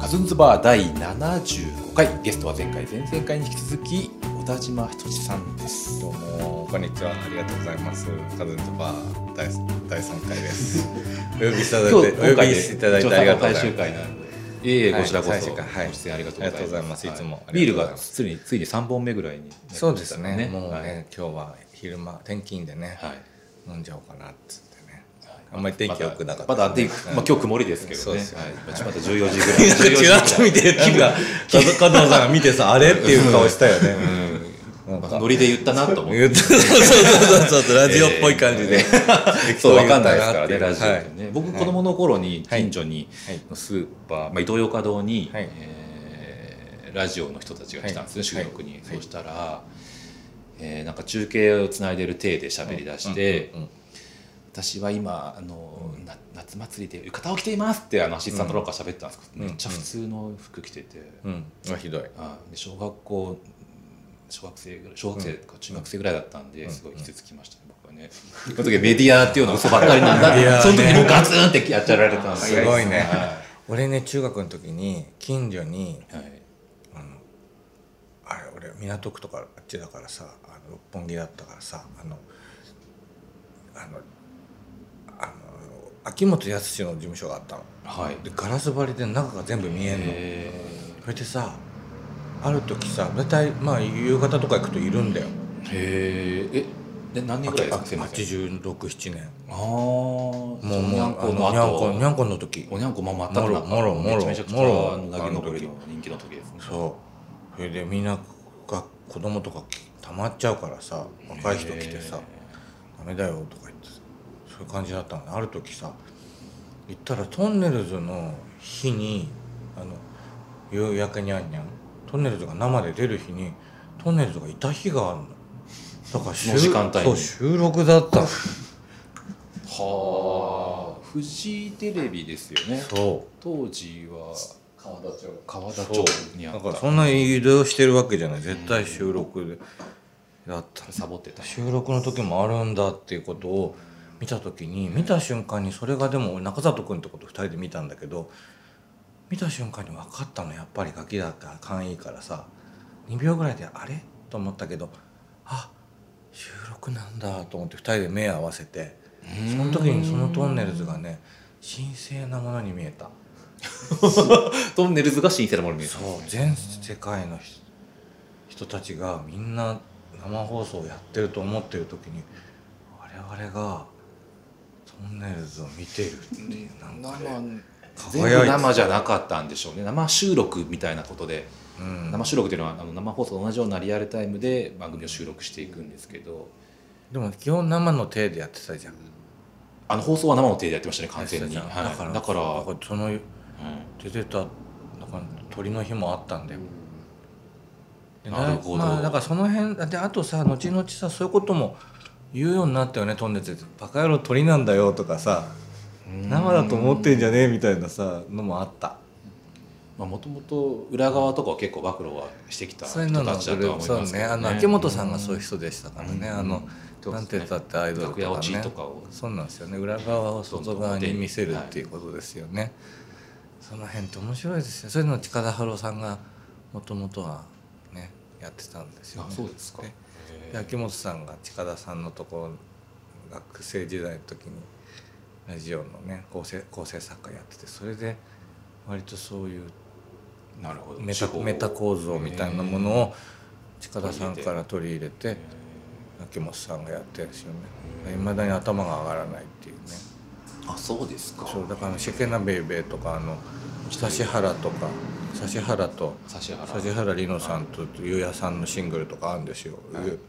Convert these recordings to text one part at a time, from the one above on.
カズンズバー第75回ゲストは前回前々回に引き続き小田島仁志さんですどうもこんにちはありがとうございますカズンとバー第第三回です お呼びしていただいて今日お呼びしていただいてありがとうござい最終ます回なんでいえいえはいこちらこ最そ終回はいご出演ありがとうございます,はい、ありがとうございますいつもあビりーがルとがうございますついについに3本目ぐらいになってきましたそうですねもうね、はい今日は昼間天気いいんでね、はい飲んじゃおうかなっつってねあんまり天気良くなかったまだまだ天気まあ今日曇りですけどねそうですよねはいまあちょっとまだ14時ぐらいちらっと見て、なんか、加藤加藤さんが見てさ、あれっていう顔したよね。なんかノリで言ったなと思って言ってそうそうそうそう、ラジオっぽい感じで。そう、わかんないですからね、はラジオってね。僕、子供の頃に、はい近所にはい、スーパー、まあ、イトーヨーカドーに、はいえーラジオの人たちが来たんですね、はい収録に。そうしたら、えーなんか中継をつないでる体で喋り出してうんうんうん、私は今、あの、な夏祭りで浴衣を着ていますって、あの、アシスタントの方が喋ってたんですけど、うんめっちゃ普通の服着てて、うん、あひどい。あで小学校小学生ぐらい小学生とか中学生ぐらいだったんで、すごい傷つきましたね、僕はねその時はメディアっていうのが嘘ばっかりなんだ、メディアねその時もうガツンってやっちゃられたんですすごいねは俺ね、中学の時に、近所に、いはいあれ、俺、港区とかあっちだからさ、あの六本木だったからさ、あの、あの、あの、秋元康の事務所があったの。はいで、ガラス張りで中が全部見えんの。えそれでさある時さ大体まあ夕方とか行くといるんだよー、へーえで何年ぐらいですかすいません867年ああももうにゃんこもうのあのにゃんこ後にゃんこの時おにゃんこままったもろもろもろめちゃくちゃもろあのなぎのぼりの人気の時ですねそうそれでみんなが子供とかたまっちゃうからさ若い人来てさ「ダメだよ」とか言ってさそういう感じだったのねある時さ行ったらトンネルズの日にあの夕焼けにゃんにゃんトンネルズが生で出る日にトンネルズがいた日があるのだから収の時間帯にそう収録だったのはあフジテレビですよねそ当時は川田町川田そ町うにうあだっからたそんなに移動してるわけじゃない絶対収録でだったのサボってた収録の時もあるんだっていうことを見た時に見た瞬間にそれがでも俺中里君とこと2人で見たんだけど見た瞬間に分かったのやっぱりガキだから勘いいからさ2秒ぐらいであれと思ったけどあ収録なんだと思って2人で目合わせてその時にそのトンネルズがね神聖なものに見えたトンネルズが新鮮なものに見えたそう全世界の人人たちがみんな生放送をやってると思ってる時に我々がトンネルズを見てるっていうなんかね、全輝い部て生じゃなかったんでしょうね生収録みたいなことで、うん、生収録というのはあの生放送と同じようなリアルタイムで番組を収録していくんですけどでも基本生の手でやってたじゃんあの放送は生の手でやってましたね完全に、やってたじゃんはい、だだかかららだから、そのうん出てたなんか鳥の日もあったんだよ、でなるほどまあ、だからその辺であとさ後々さそういうことも言うようになったよねトンネルズバカ野郎鳥なんだよ」とかさ「生だと思ってんじゃねえ」みたいなさのもあった。まあ、もともと裏側とかは結構暴露はしてきたそう人いうのたのちだとは思いそうますけねど、ね、あの秋元さんがそういう人でしたからね、うんあの、うんなんて言ったってアイドル楽屋落ちととかかをねそうなんですよね裏側を外側に見せるっていうことですよね、その辺って面白いですよそういうのを近田春夫さんがもともとはねやってたんですよ、ねあ、そうですかでで秋元さんが近田さんのところ学生時代の時にラジオのね構成構成作家やっててそれで割とそういうなるほどメタ手法をメタ構造みたいなものを近田さんから取り入れて秋元さんがやってるんですよねいまだに頭が上がらないっていうねあそうですかそうだからあのシェケナベイベーとかあの指原とか指原と指原指原莉乃さんと優也さんのシングルとかあるんですよ、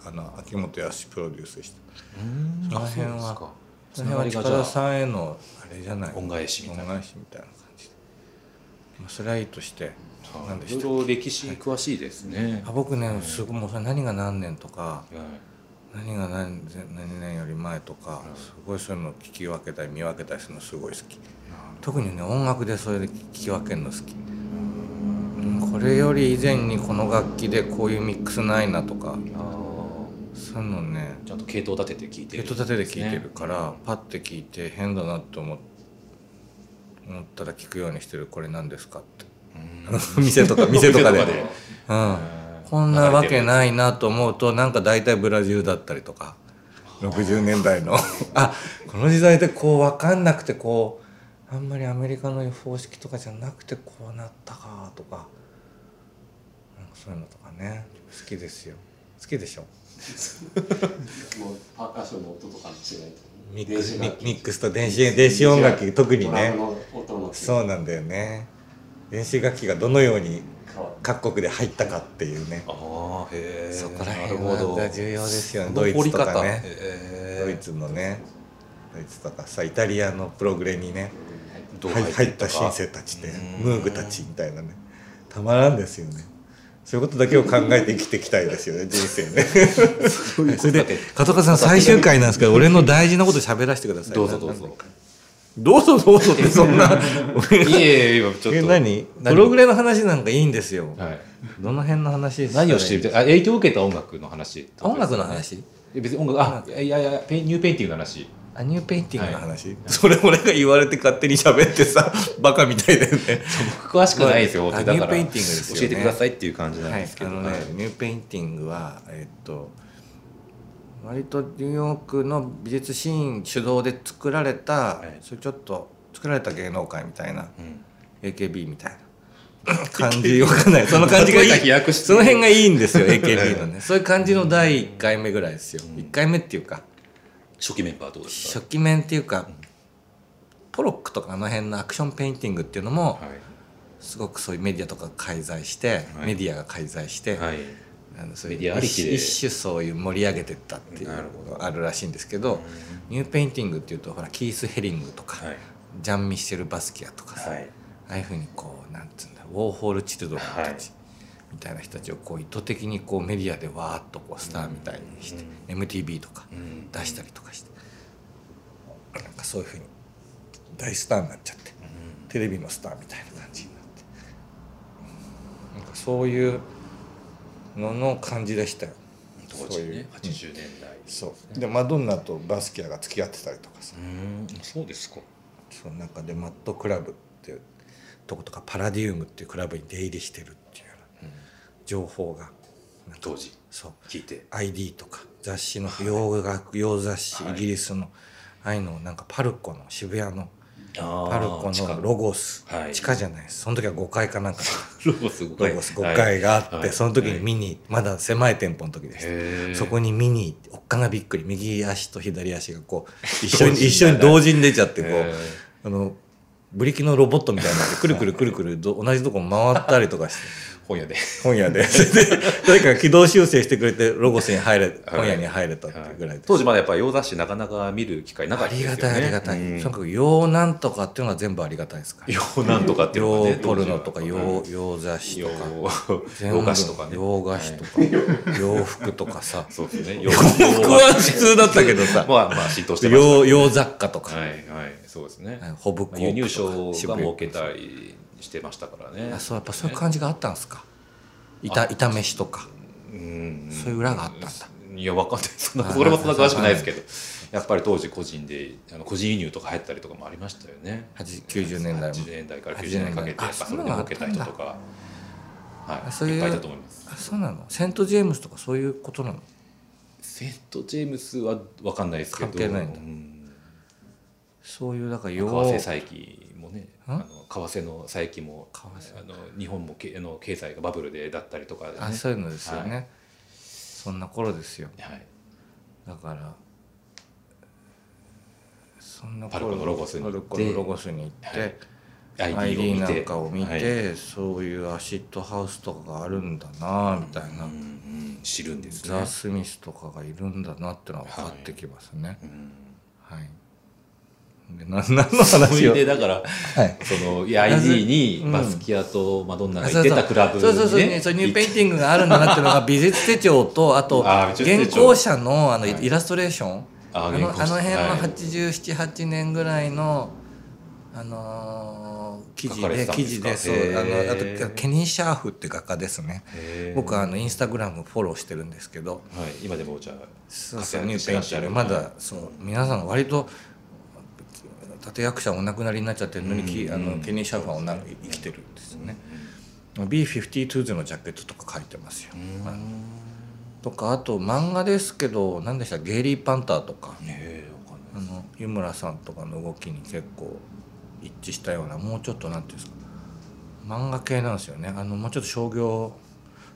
あの秋元康プロデュースしてうんその辺あはそそでうすれかは近田さんへのあれじゃない恩返しみたいな恩返しみたいな感じで、まあ、それはいいとして何でいろしいたろ歴史詳しいですね、あ僕ねすごいもうそれ何が何年とかはい何が何何年より前とかすごいそういうのを聞き分けたり見分けたりするのすごい好き特にね音楽でそれで聞き分けるの好きうんこれより以前にこの楽器でこういうミックスないなとかあーそういうのねちゃんと系統立てて聞いてヘッるド立てで聴いてるからパッて聞いて変だなって思っ思ったら聞くようにしてるこれ何ですかってう店とか 店とかで 店とかでうん、こんなわけないなと思うとなんか大体ブラジルだったりとか60年代 のあこの時代でこう分かんなくてこうあんまりアメリカの方式とかじゃなくてこうなったかとかなんかそういうのとかね好きですよ好きでしょもうパーカッションの音とかの違いとミックス電子ミ楽器ミックスと電子電子音楽電子特にドラねムの音のそうなんだよね電子楽器がどのように変わる各国で入ったかっていうねああへえそこらなる辺ほどは重要ですよねそのドイツと掘りか方へねえドイツのねドイツとかさイタリアのプログレにねどう入入ったとか新生たちでうんムーグたちみたいなねたまらんですよねそういうことだけを考えて生きていきたいですよね人生ね それで片岡さん最終回なんですけど俺の大事なこと喋らせてくださいどうぞどうぞどうぞどうぞってそんないえいえ今ちょっえと何プログレの話なんかいいんですよはいどの辺の話ですかね何をしてるみたいあ影響を受けた音楽の話音楽の話え別に音楽あいやいやペンニューペインティングの話アニューペインティングの話、それ俺が言われて勝手に喋ってさバカみたいだよね詳しくないですよまあ本当にだあからニューペインティングですよね教えてくださいっていう感じなんはでいす、けあどのね、はいニューペインティングはえっと割とニューヨークの美術シーン主導で作られた、いそれちょっと作られた芸能界みたいなうん AKB みたいな 感じ わかんないその感じがいい例えが飛躍してるその辺がいいんですよ AKB のね そういう感じの第1回目ぐらいですよ、一1回目っていうか初期メンバーどうですか初期面っていうか、ポロックとかあの辺のアクションペインティングっていうのも、はいすごくそういうメディアとか介在して、はいメディアが介在して、はいあのそういうメディアありきで一種そういう盛り上げてったっていうなるほのがあるらしいんですけどニューペインティングっていうとほらキース・ヘリングとか、はいジャン・ミシェル・バスキアとかさ、はいああいうふうにこうなんつうんだウォーホール・チルドレンたち、みたいな人たちをこう意図的にこうメディアでわーっとこうスターみたいにして、MTV とかうん出したりとかして、なんかそういうふうに大スターになっちゃって、テレビのスターみたいな感じになってなんかそういうのの感じでしたよ。当そう時いうね80年代そうでマドンナとバスキアが付き合ってたりとかさうんそうですかその中でマットクラブっていうとことかパラディウムっていうクラブに出入りしてるっていうような情報がなんか当時そう聞いて ID とか雑誌の洋楽洋雑誌イギリスのああいうのをなんかパルコの渋谷のパパルコのロゴスはい地下じゃないですその時は5階かな んかロゴス5ロ回ゴス5階があって、はいはいその時に見に、まだ狭い店舗の時でへしーたそこに見に行っておっかなびっくり右足と左足がこ う一緒同に時に一緒に同時に出ちゃってこへーうあのブリキのロボットみたいに なってくるくるくるくるど同じとこ回ったりとかして本屋で本屋でそれで誰かが軌道修正してくれてロゴスに入れ本屋に入れたっていうぐらいで。当時まだやっぱり洋雑誌なかなか見る機会なかあったですりよねがたいありがたい、うんとにかく洋なんとかっていうのは全部ありがたいですから洋なんとかっていうのが洋ねポルノとか洋当時は洋雑誌とか洋洋菓子とかね洋菓子とか、洋服とかさ そうですね洋僕は普通だったけどさまあまあ浸透してまし洋洋雑貨とたか、はいはいそうですねはいホブコープとか輸入賞が設け渋たりしてましたからね谷あそうやっぱそういう感じがあったんですか炒炒め飯とかうんそういう裏があったんだ、いや、わかんない。そんな、これもそんな詳しくないですけど、やっぱり当時個人で、あの個人輸入とか入ったりとかもありましたよね。 80 90年代も80年代から90年代にかけて、やっぱそれで儲けた人とか、あはそうい、いいっうぱいいたと思います。あそうなのセント・ジェームスとかそういうことなのセント・ジェームスはわかんないですけど、関係ないんだうんそういうだから為洋替再起もね、んあの為替の再起も、あの日本もけあの経済がバブルでだったりとかでねあそういうのですよね、はそんな頃ですよはいだからそんな頃パルコのロゴスに行パってルコのロゴスに行って、 ID ID を見なてんかを見て、はいそういうアシッドハウスとかがあるんだなみたいな、うんうん知るんですねザ・スミスとかがいるんだなってのは分かってきますねうんはい、でな何のそ話れをでだから、はいそのいや ID にバスキアとマドンナがあ行そうってそうたクラブにそうそうそうねそうニューペインティングがあるんだなっていうのが美術手帳とあとあー原美術手帳稿者のあのはいイラストレーション、あーあ原の稿者あの辺のはい878年ぐらいの、あのー記書事かれてでたん記です事かでそうへあーのあとケニー・シャーフって画家ですねへー僕はあのインスタグラムフォローしてるんですけどはい、今でもじゃあそうそう活ニュ躍ーしてペイらンっテしゃィンるグまだそう皆さん割と立役者お亡くなりになっちゃってるのに、きあのケニー・シャーファーはおな生きてるんですよね、うん B52s のジャケットとか書いてますよ。うんとかあと漫画ですけど何でしたゲイリー・パンターとかええわかんないあの湯村さんとかの動きに結構一致したようなもうちょっとなんていうんですか漫画系なんですよねあのもうちょっと商業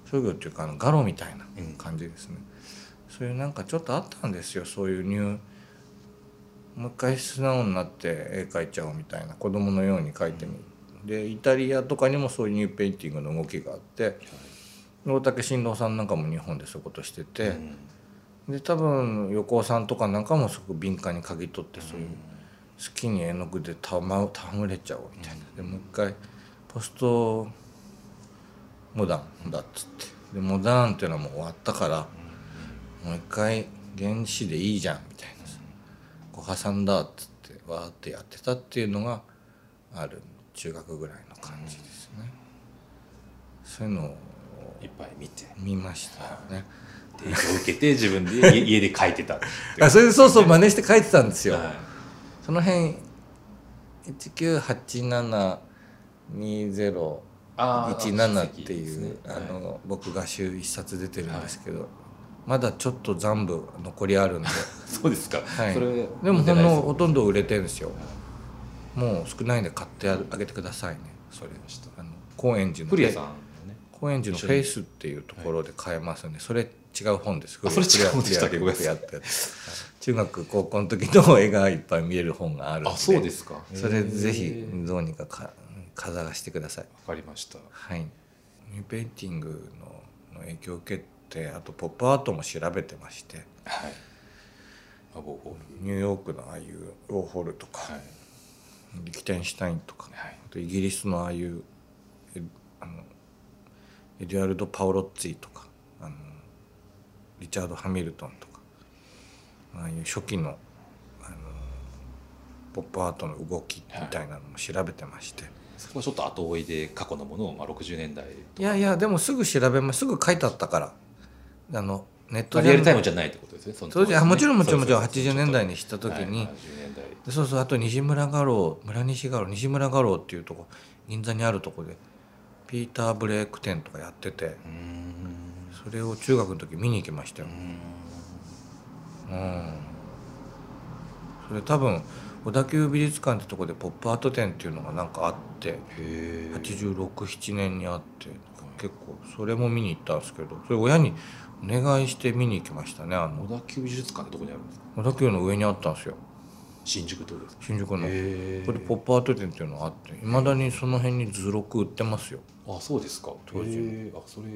商業っていうかあのガロみたいなうん感じですね、そういうなんかちょっとあったんですよそういうニューもう一回素直になって絵描いちゃおうみたいな子供のように描いてみる、でイタリアとかにもそういうニューペインティングの動きがあって大竹新郎さんなんかも日本でそういうことしてて。うんで多分横尾さんとかなんかもすごく敏感に嗅ぎ取ってそういううん好きに絵の具でたま戯れちゃおうみたいなでもう一回ポストモダンだっつってでモダンっていうのはもう終わったからもう一回原始でいいじゃんみたいなさ小破さんだっつってわーってやってたっていうのがある中学ぐらいの感じですねそういうのをいっぱい見て見ましたよね影響を受けて自分で 家家で書いてたっていうあそれでそうそう真似して書いてたんですよ、はいその辺19872017あーっていうああのの、僕が週1冊出てるんですけど、まだちょっと残部残り あるんで、そうですか、はい、それでもほんのほとんどど売れてるんですよ、もう少ないんで買ってあげてくださいねそれでしたあの高円寺の古谷さんのね高円寺のフェイスっていうところで買えますんで、それ違う本です。あそれ違う本でしたっけ古谷さんがやって 中学高校の時の絵がいっぱい見える本があるんで。あそうですかそれぜひわどうにかか飾らせてください。かりましたはい。ニューペインティングのの影響を受けて、あとポップアートも調べてまして、はいアボホールニューヨークのああいうウォーホルとか、はいリキテンシュタインとか、はいあとイギリスのああいうえあのエデュアルド・パオロッツィとかあのリチャード・ハミルトンとかああいう初期のあのポップアートの動きみたいなのも調べてまして、そこはちょっと後追いで過去のものをまあ60年代い、やいやでもすぐ調べますすぐ書いてあったからあのネッまトあリアルタイムムじゃないってことですねそのそうじゃあもちろんもちろんもちろんそうそう80年代にした時に、はい80年代でそうそうあと西村画廊村西画廊西村画廊っていうとこ銀座にあるとこでピーター・ブレイク展とかやっててうーんそれを中学の時見に行きましたようー、んうん、それ多分小田急美術館ってとこでポップアート展っていうのがなんかあってへえ867年にあって結構それも見に行ったんですけどそれ親にお願いして見に行きましたねあの小田急美術館ってどこにあるんですか小田急の上にあったんですよ新宿ってことですか新宿の。へこれポップアート展っていうのがあっていまだにその辺に図録売ってますよあそうですか当時へえあそれ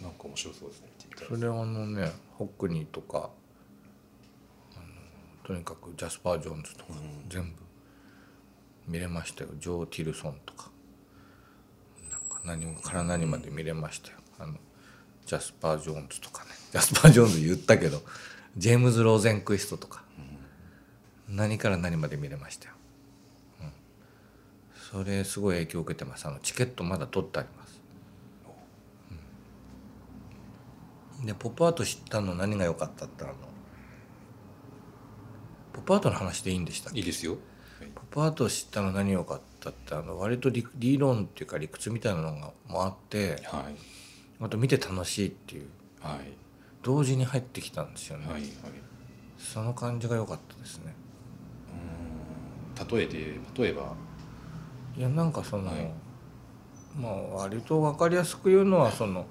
なんか面白そうですね見てみたいそれあのねホックニーとかあのとにかくジャスパー・ジョーンズとかうん全部見れましたよジョー・ティルソンとかなんか何もから何まで見れましたよあのジャスパー・ジョーンズとかねジャスパー・ジョーンズ言ったけどジェームズ・ローゼンクイストとか何から何まで見れましたよ、うん、それすごい影響を受けてますあのチケットまだ取ってありますでポップアート知ったの何が良かったってあのポップアートの話でいいんでしたっけいいですよはいポップアート知ったの何良かったってあの割と理理論っていうか理屈みたいなのがもあってはいあと見て楽しいっていうはい同時に入ってきたんですよね、はいはいその感じが良かったですねうーん例えて例えばいやなんかその、はいまあ割と分かりやすく言うのはその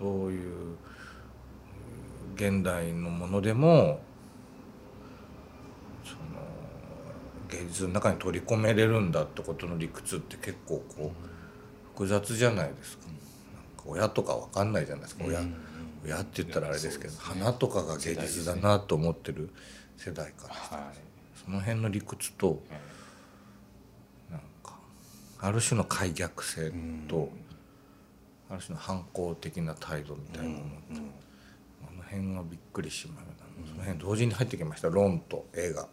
そういう現代のものでもその芸術の中に取り込めれるんだってことの理屈って結構こう複雑じゃないですか。なんか親とか分かんないじゃないですか親,、うん親って言ったらあれですけどそうですね花とかが芸術だなと思ってる世代からはいその辺の理屈と。なんかある種の解逆性と、うんある種の反抗的な態度みたいなの、うんうんあの辺がびっくりしました、その辺同時に入ってきました論と映画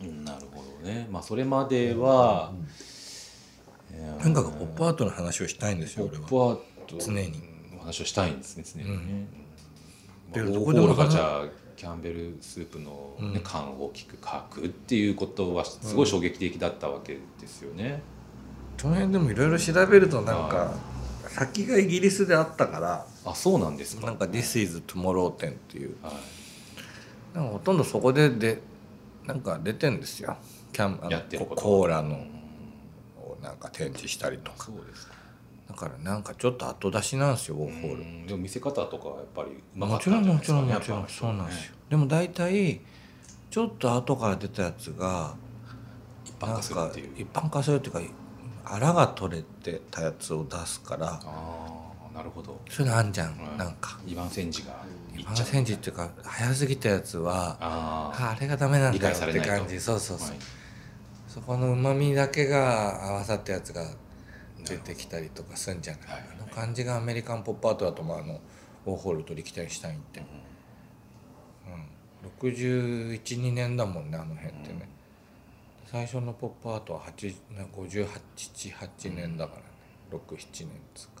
うんなるほどねまあそれまでは、えーなんかポップアートの話をしたいんですよポ俺ッはプアート常にお話をしたいんですね常にね、でうんまあどウこォでーもホルが話じゃあキャンベルスープの、ねうん缶を大きく書くっていうことはすごい衝撃的だったわけですよね、その辺でもいろいろ調べるとなんか先がイギリスであったからあそうなんですかなんか「This is Tomorrow 展」っていうはいなんかほとんどそこででなんか出てんですよキャンあやってるのことコーラのをなんか展示したりとかそうですかだからなんかちょっと後出しなんですよウォーホールうんでも見せ方とかはやっぱりうまかもっちたろんんじゃもないでちすかろねやっぱんもちろんそうなんですよでも大体ちょっと後から出たやつが一般な化んするっかていう一般化するっていうかあらが取れてたやつを出すからああなるほどそういうのあんじゃん、はいなんか二番煎じがいっあのちゃう戦時っていうか早すぎたやつはああああれがダメなん理だ解さよっれなていと感じそうそうそう、はいそこのうまみだけが合わさったやつが出てきたりとかすんじゃない、はいあの感じがアメリカンポップアートだとまああのウォーホルとリキタインシュタインって、うん、612年だもんねあの辺ってね、最初のポップアートは8 578年だからね、67年ですか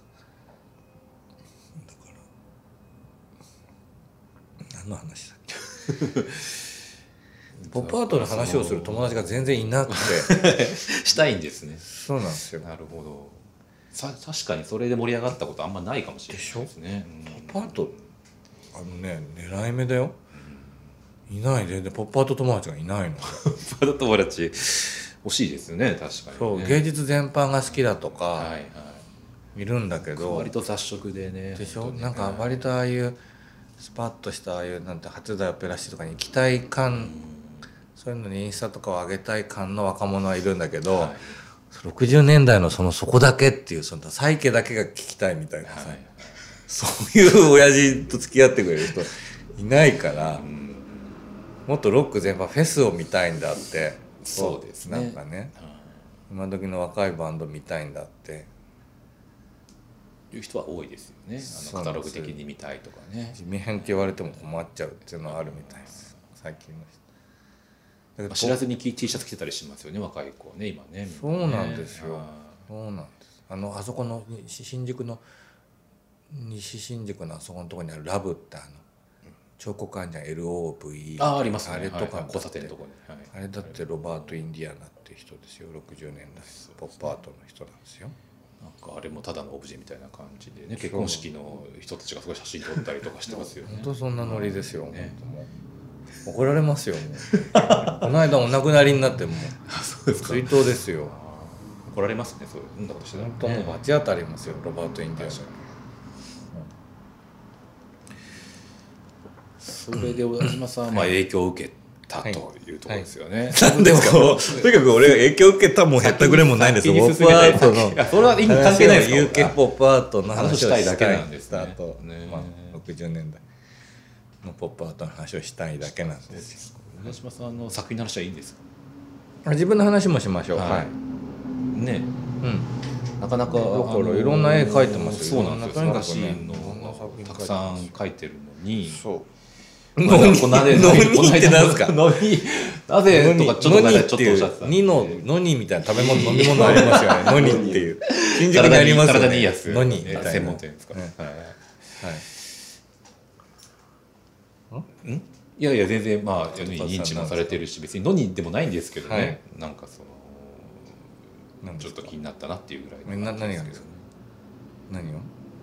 だから何の話だっ けポップアートの話をする友達が全然 いなくてしたいんですねそうなんですよなるほどさ確かにそれで盛り上がったことあんまないかもしれないですねうんポップアートあのね狙い目だよ、いない全然ポップアート友達がいないのパート友達欲しいですよね確かにねそう芸術全般が好きだとか、はいはいい、るんだけど割と雑食でねでし本ょ当になんか割とああいうスパッとしたああいうなんて初代オペラシとかに行きたい感、そういうのにインスタとかを上げたい感の若者はいるんだけど、はい60年代のそのそこだけっていうそのサイケだけが聞きたいみたいなさ、はいそういう親父と付き合ってくれる人いないからんもっとロック全般フェスを見たいんだってそうですねなんかね今時の若いバンド見たいんだっていう人は多いですよねあのそうカなタんロでグす的に見たいとかね地味編って言われても困っちゃうっていうのはあるみたいです最近の人だけまどあ知らずに T シャツ着てたりしますよね若い子はね今ねそうなんですよはいそうなんですあのあそこの西新宿の西新宿のあそこのところにあるラブってあの彫刻あんじゃん LOVE ああありますねあれとかだって、はい交差点のとこにはいあれだってロバート・インディアナって人ですよ60年代ポップアートの人なんですよなんかあれもただのオブジェみたいな感じでね結婚式の人たちがすごい写真撮ったりとかしてますよね本当そんなノリですよ、ね本当もう怒られますよもうこの間お亡くなりにな ってもうそうです追悼ですよ怒られますねそういうそんなことしてたら本当もうね罰当たりますよロバート・インディアナそれで小田島さんはまあ影響を受けたはいというところですよねなんでも、とにかく俺が影響を受けたもん減ったくれも ないんですよ。先に進ポップめアたいートの。あそれは意味関係ないですか話を UK ポップアートの話をしたい話をしたいだけなんですねスタートねまあ、60年代のポップアートの話をしたいだけなんですよ。小田島さんの作品の話はいいんですか自分の話もしましょう。はい。ねうん。なかなかだからいろんな絵描いてますそようなんですよいろんな難しいのいろんな作品描いてますたくさん描いてるのにそう。のに、このの間にって何ですかこの間なぜとかちょっとの前に々っちょてっとおっいしゃってたう、にの、のにみたいな食べ物、飲み物ありますよね。のにっていう。新宿にあ体りにますよね。体にいいやつのにみたいな。専門店ですかうんらはい。いやいや全然まあ世んに認知もされてるし別にのにでもないんですけどね、はいなんかそなんのでちょすっかと気になったなっていうぐらいな何がんでですすかけ何を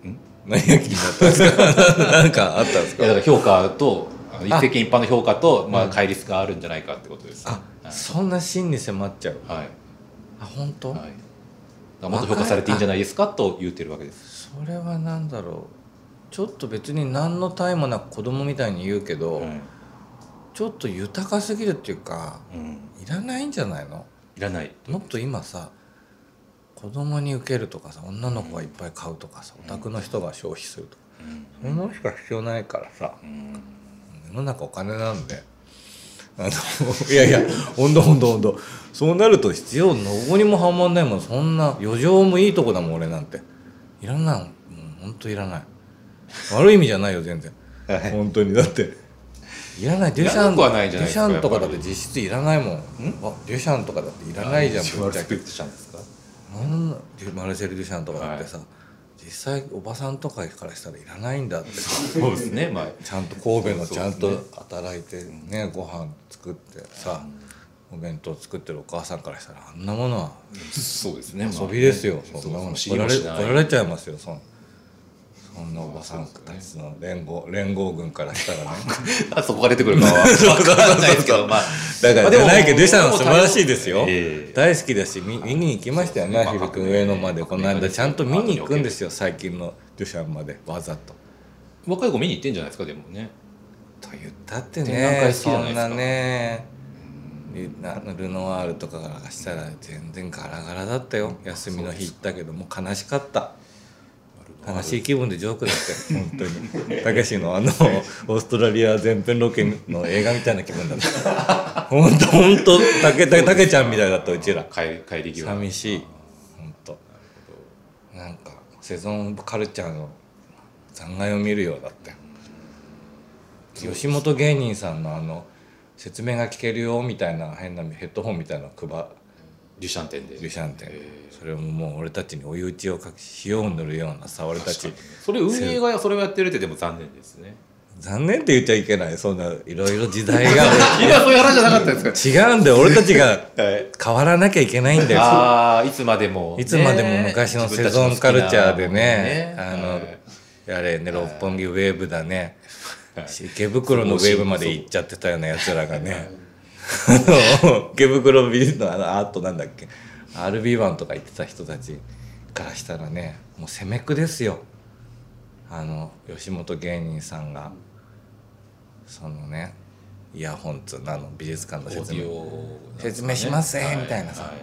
ど ね何が気になったんですか なんかあったんですいやだかから評価とあのあ一石一般の評価とまあ乖離率があるんじゃないかってことですあはいそんな真に迫っちゃうはい、あ本当、はい、だからもっと評価されていいんじゃないですかと言ってるわけですそれは何だろうちょっと別に何の対もなく子供みたいに言うけど、はいちょっと豊かすぎるっていうかうんいらないんじゃないのいらないもっと今さ子供に受けるとかさ女の子がいっぱい買うとかさお宅の人が消費するとか、そんなのしか必要ないからさ、うん世の中お金なんで。あの いやいやほんとほんとほんとそうなると必要どこにもはまんないもんそんな余剰もいいとこだもん俺なんていらないもうほんといらない悪い意味じゃないよ全然 本当にだっていらないデュシャンいらなくはないじゃないですかデュシャンとかだって実質いらないもんあデュシャンとかだっていらないじゃんぶっちゃけしたんですかなんだマルセル・デュシャンとかだってさ、実際おばさんとかからしたらいらないんだってそうですねまあちゃんと神戸のそうちゃんそうとですね働いてねご飯作ってさお弁当作ってるお母さんからしたらあんなものはそうですね遊びですよ、まあそんなものそう怒られ知りもしない怒られちゃいますよそんそんなおばさんたちの連合連合軍からしたらねあそこが出てくるかは分からないですけどまあだからじゃないけどで出したの素晴らしいですよ、ええ大好きだし見見に行きましたよそうねですね日比君まあ上野までこの間ちゃんと見に行くんですよよ最近のデュシャンまでわざと。若い子見に行ってんじゃないですかでもねと言ったって展覧会ね好きじゃそないですんかなねルあのルノワールとかからしたら全然ガラガラだったよ休みの日行ったけどもう悲しかった悲しい気分でジョークだったよ 本当にたけしのあのオーストラリア全編ロケの映画みたいな気分だった本当本当たけたけたけちゃんみたいだったうちら帰り帰り際寂しい本当なんかセゾンカルチャーの残骸を見るようだったよ吉本芸人さんのあの説明が聞けるよみたいな変なヘッドホンみたいなの配デュシャン店でるじゃんってえそれももう俺たちに追い打ちをかけ塩を塗るようなさ俺たちそれ運営がそれをやってるってでも残念ですね残念って言っちゃいけないそんないろいろ時代が今そういう話じゃなかったですか 違うんだよ俺たちがはい変わらなきゃいけないんだよああいつまでもいつまでも昔のセゾンカルチャーでね、ああの、やれね、六本木ウェーブだね、池袋のウェーブまで行っちゃってたような奴らがね、あの 池袋ビルのあのアートなんだっけ、RB1 とか行ってた人たちからしたらね、もう攻めくですよ。あの、吉本芸人さんが、そのね、イヤホンっつうのあの美術館のの説オーディ明。オなんですかね説明しますねみたいなさはいはい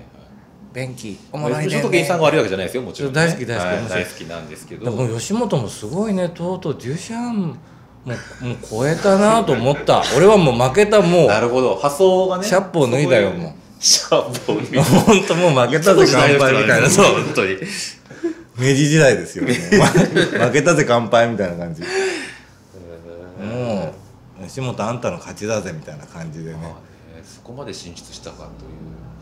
便器、おもまろあい吉ね本芸さんが悪いわけじゃないですよもちろんね大好き大好きはい大好きなんですけでもど吉本もすごいねとうとうデュシャンももうもう超えたなと思った俺はもう負けたもうなるほど発想がねシャッポを脱いだよもうシャッポを脱い だ本当もう負けたぜ乾杯みたいなそう本当に明治時代ですよ、もう負けたぜ乾杯みたいな感じもう吉本あんたの勝ちだぜみたいな感じでねまあねそこまで進出したかという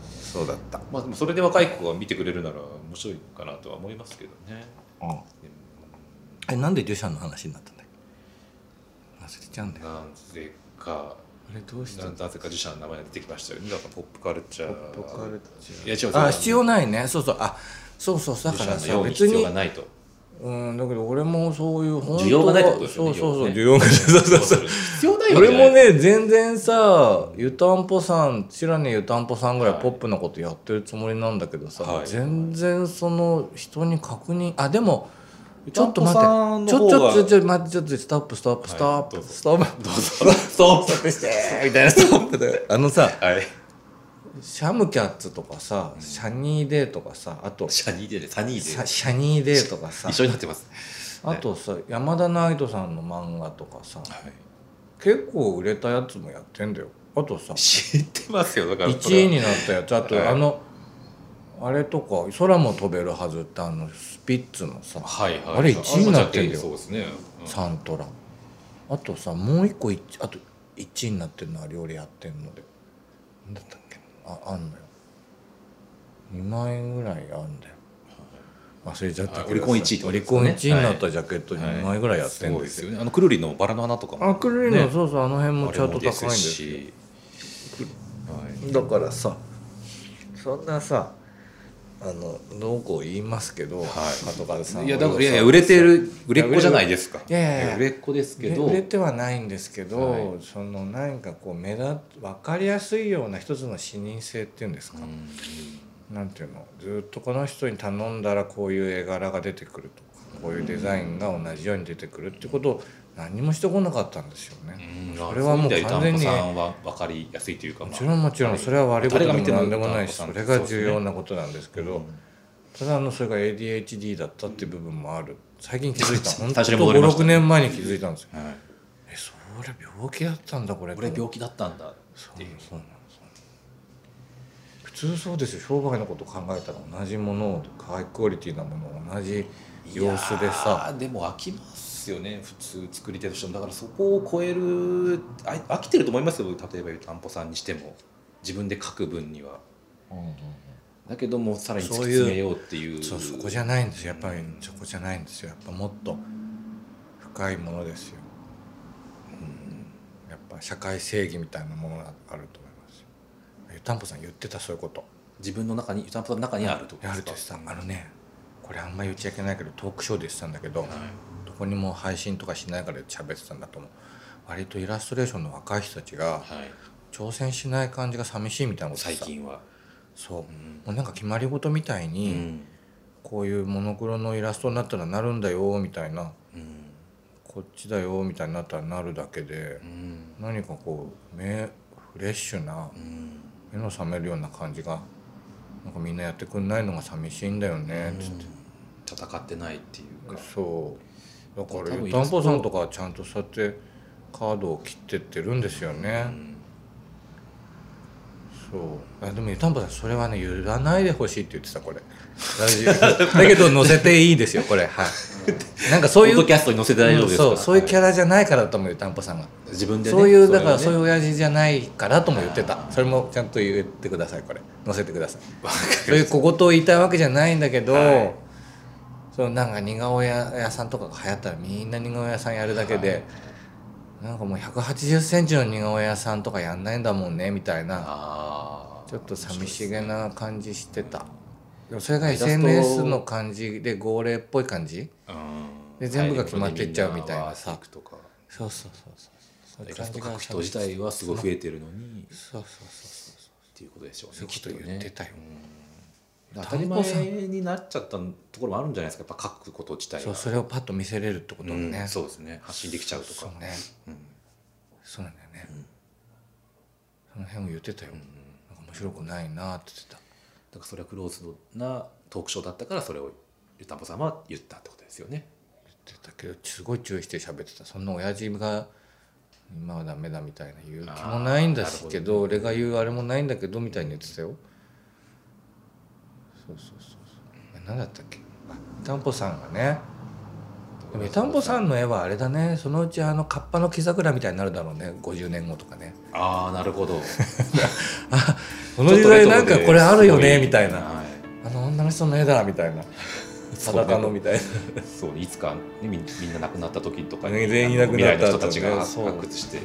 そうだった、まあでもそれで若い子が見てくれるなら面白いかなとは思いますけどねうんえなんでデュシャンの話になったんだっけ忘れちゃうんだよなんでかあれどうななぜか自社の名前が出てきましたよねだからポップカルチャーポップカルチいや違うあ必要ないねそうそうあそうそうだだかかららさ別に必別に要がないとうん、だけど俺もそういう本当は需要がないってことですよねそうそうそう、需要要がない。そうそうそう。必要ないわけ俺じゃないも ね、全然さ、ゆたんぽさん、知らねえゆたんぽさんぐらいポップなことやってるつもりなんだけどさ、はい全然その人に確認、あ、でも、ちょっと待ゆたんぽさんって、のち方ょ、ちょ、がちょ、ちょ、待って、ちょっと、ストップ、ストップ、ストップ、はいどうぞストップ、どうぞ、スト ップしてみたいな、ストップで。あのさ、はいシャムキャッツとかさ、シャニーデーとかさ、あと、シシャニーでねサニーャでシャニーデーとかさ一、緒になってますあとさ山田ナイトさんの漫画とかさはい結構売れたやつもやってんだよあとさ知ってますよだから1位になったやつあと、はいあのあれとか「空も飛べるはず」ってあのスピッツのさはいはいあれ一位になってんだよそうですねうんサントラあとさもう一個一あと1位になってるのは料理やってんのでなんだったっけああんのよ2万円ぐらいあんだよ忘れちゃったけどさあオリコン一位ってオことリですコねン1位になったジャケット2枚ぐらいやってんはいすごいでですすよよねあのくるりのバラの花とかもあ、クルリの、ねそうそう、あの辺もちゃんと高いんですあれもですよ。しはいだからさ、そんなさ、あの、どうこう言いますけど、はい後からさんいやだから俺いさやいや売れてる売れっ子じゃないですかいやいやいや売れっ子ですけど売れてはないんですけど、はいそのなんかこう目立分かりやすいような一つの視認性っていうんですか、うんなんていうのずっとこの人に頼んだらこういう絵柄が出てくるとかこういうデザインが同じように出てくるってことを何もしてこなかったんですよね。そそれはもう担完保全にさんは分かりやすいというか、まあもちろんもちろんそれは悪いことでも何でもないし誰がそ見てれもが重要なことなんですけどんただあのそれが ADHD だったっていう部分もある最近気づいた 本最初に当戻りました56年前に気づいたんですよはいえそれ病気だったんだこれ俺病気だったんだっていうそうなんですよ普通そうですよ商売のこと考えたら同じものをハイクオリティなものを同じ様子でいさやーでも飽きますよね普通作り手としてもだからそこを超えるあ飽きてると思いますよ例えば担保さんにしても自分で書く分にはだけどもさらに突き詰めようっていうそうそこじゃないんですよやっぱりそこじゃないんですよやっぱもっと深いものですよ、うん、やっぱ社会正義みたいなものがあると思いますよゆたんぽさん言ってたそういうこと自分の中に湯たんぽさんの中にあるってことやでるすとか言ってたあのねこれあんま言っちゃいけないけどトークショーで言ってたんだけど、どこにも配信とかしないから喋ってたんだと思う割とイラストレーションの若い人たちがはい、挑戦しない感じが寂しいみたいなこと最言ってた近は、そうもううなんか決まり事みたいんに、こういうモノクロのイラストになったらなるんだよみたいなうんこっちだよみたいになったらなるだけでう、ん何かこう目フレッシュなうん目の覚めるような感じがなんかみんなやってくんないのが寂しいんだよねつって、戦ってないっていうか、そうだから多分ゆたんぽさんとかはちゃんとそうやってカードを切ってってるんですよね、うんそうあでもゆたんぽさんそれはね揺らないでほしいって言ってたこ れラジオだけど載せていいですよこれはい なんかそういポッうドキャストに載せて大丈夫ですかそうそういうキャラ、ラじゃないからだと思うよたんぽさんが、はい自分で、ね、そういうだからそそうれいをうね親父じゃないからとも言ってたあーそれもちゃんと言ってくださいこれ載せてくださいそういう小言を言いたいわけじゃないんだけど、はいそうなんか似顔絵屋さんとかが流行ったらみんな似顔絵屋さんやるだけで、なんかもう1 8 0ンチの似顔絵屋さんとかやんないんだもんねみたいなあーちょっと寂しげな感じしてたでもそれがイラストを SNS の感じで号令っぽい感じうんで全部が決まってっちゃうみたいなタさイミングとかそうそうそうそうそういうイラ感ストじ描がく人自体はすごい増えてるのにっそうそうそうそうていうことでしょうねそういうこときっ言ってたようん当たり前になっちゃったところもあるんじゃないですかやっぱ書くこと自体がそうそれをパッと見せれるってことだね、うんそうですね発信できちゃうとそかうねうんそうなんだよね、その辺を言ってたよ、なんか面白くないなって言ってだたからそれはクローズドなトークショーだったからそれをゆたんぽさんは言ったってことですよね言ってたけどすごい注意して喋ってたそんな親父が今はダメだみたいな言う気もないんだしあーけなるほどど俺が言うあれもないんだけどみたいに言ってたよそうそうそうそう何だったっけあたんぽさんがねでもたんぽさんの絵はあれだねそのうちあのカッパの木桜みたいになるだろうね50年後とかねああなるほどこの時代なんかこれあるよちょっとレトロねでみたいなはあの女の人の絵だみたいなそうね裸のみたいなそういつか、ね、みみんな亡くなった時とかね全員いなくなったあ後の未来の人たちがねそう発掘して、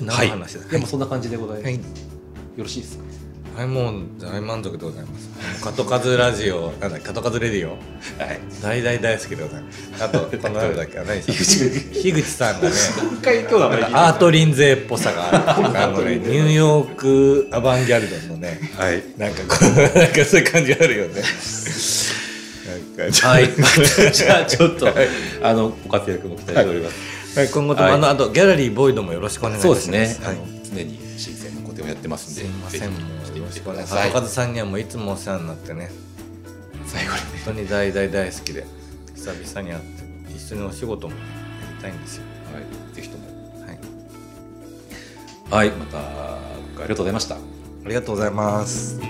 何の話だでもそんな感じでございます、はいよろしいですかはい、もう大満足でございます。カトカズラジオ、なんだ、カトカズレディオ、はい大大大好きでございます。あ と、このなんだっけ、何樋口さん がね、一回今日の名前聞いてアートリンゼーっぽさがある。あのね、ニューヨークアバンギャルドのね、はいなんかこう、 なんかそういう感じあるよね。なんか、はい じゃあちょっとあのご活躍も期待しております、はい、今後とも、はいあの、あと、ギャラリーボイドもよろしくお願いいたしそうま。ですすね、はいあの常に新鮮な個展をやってますんすでいません、もぜひ来てうよみろてしくおくだ願いします。さカいトカズさんにはもういつもお世話になってね。最後にね本当に大大大好きで久々に会って一緒にお仕事もやりたいんですよはい、ぜひともはいはいまた今回ありがとうございましたありがとうございます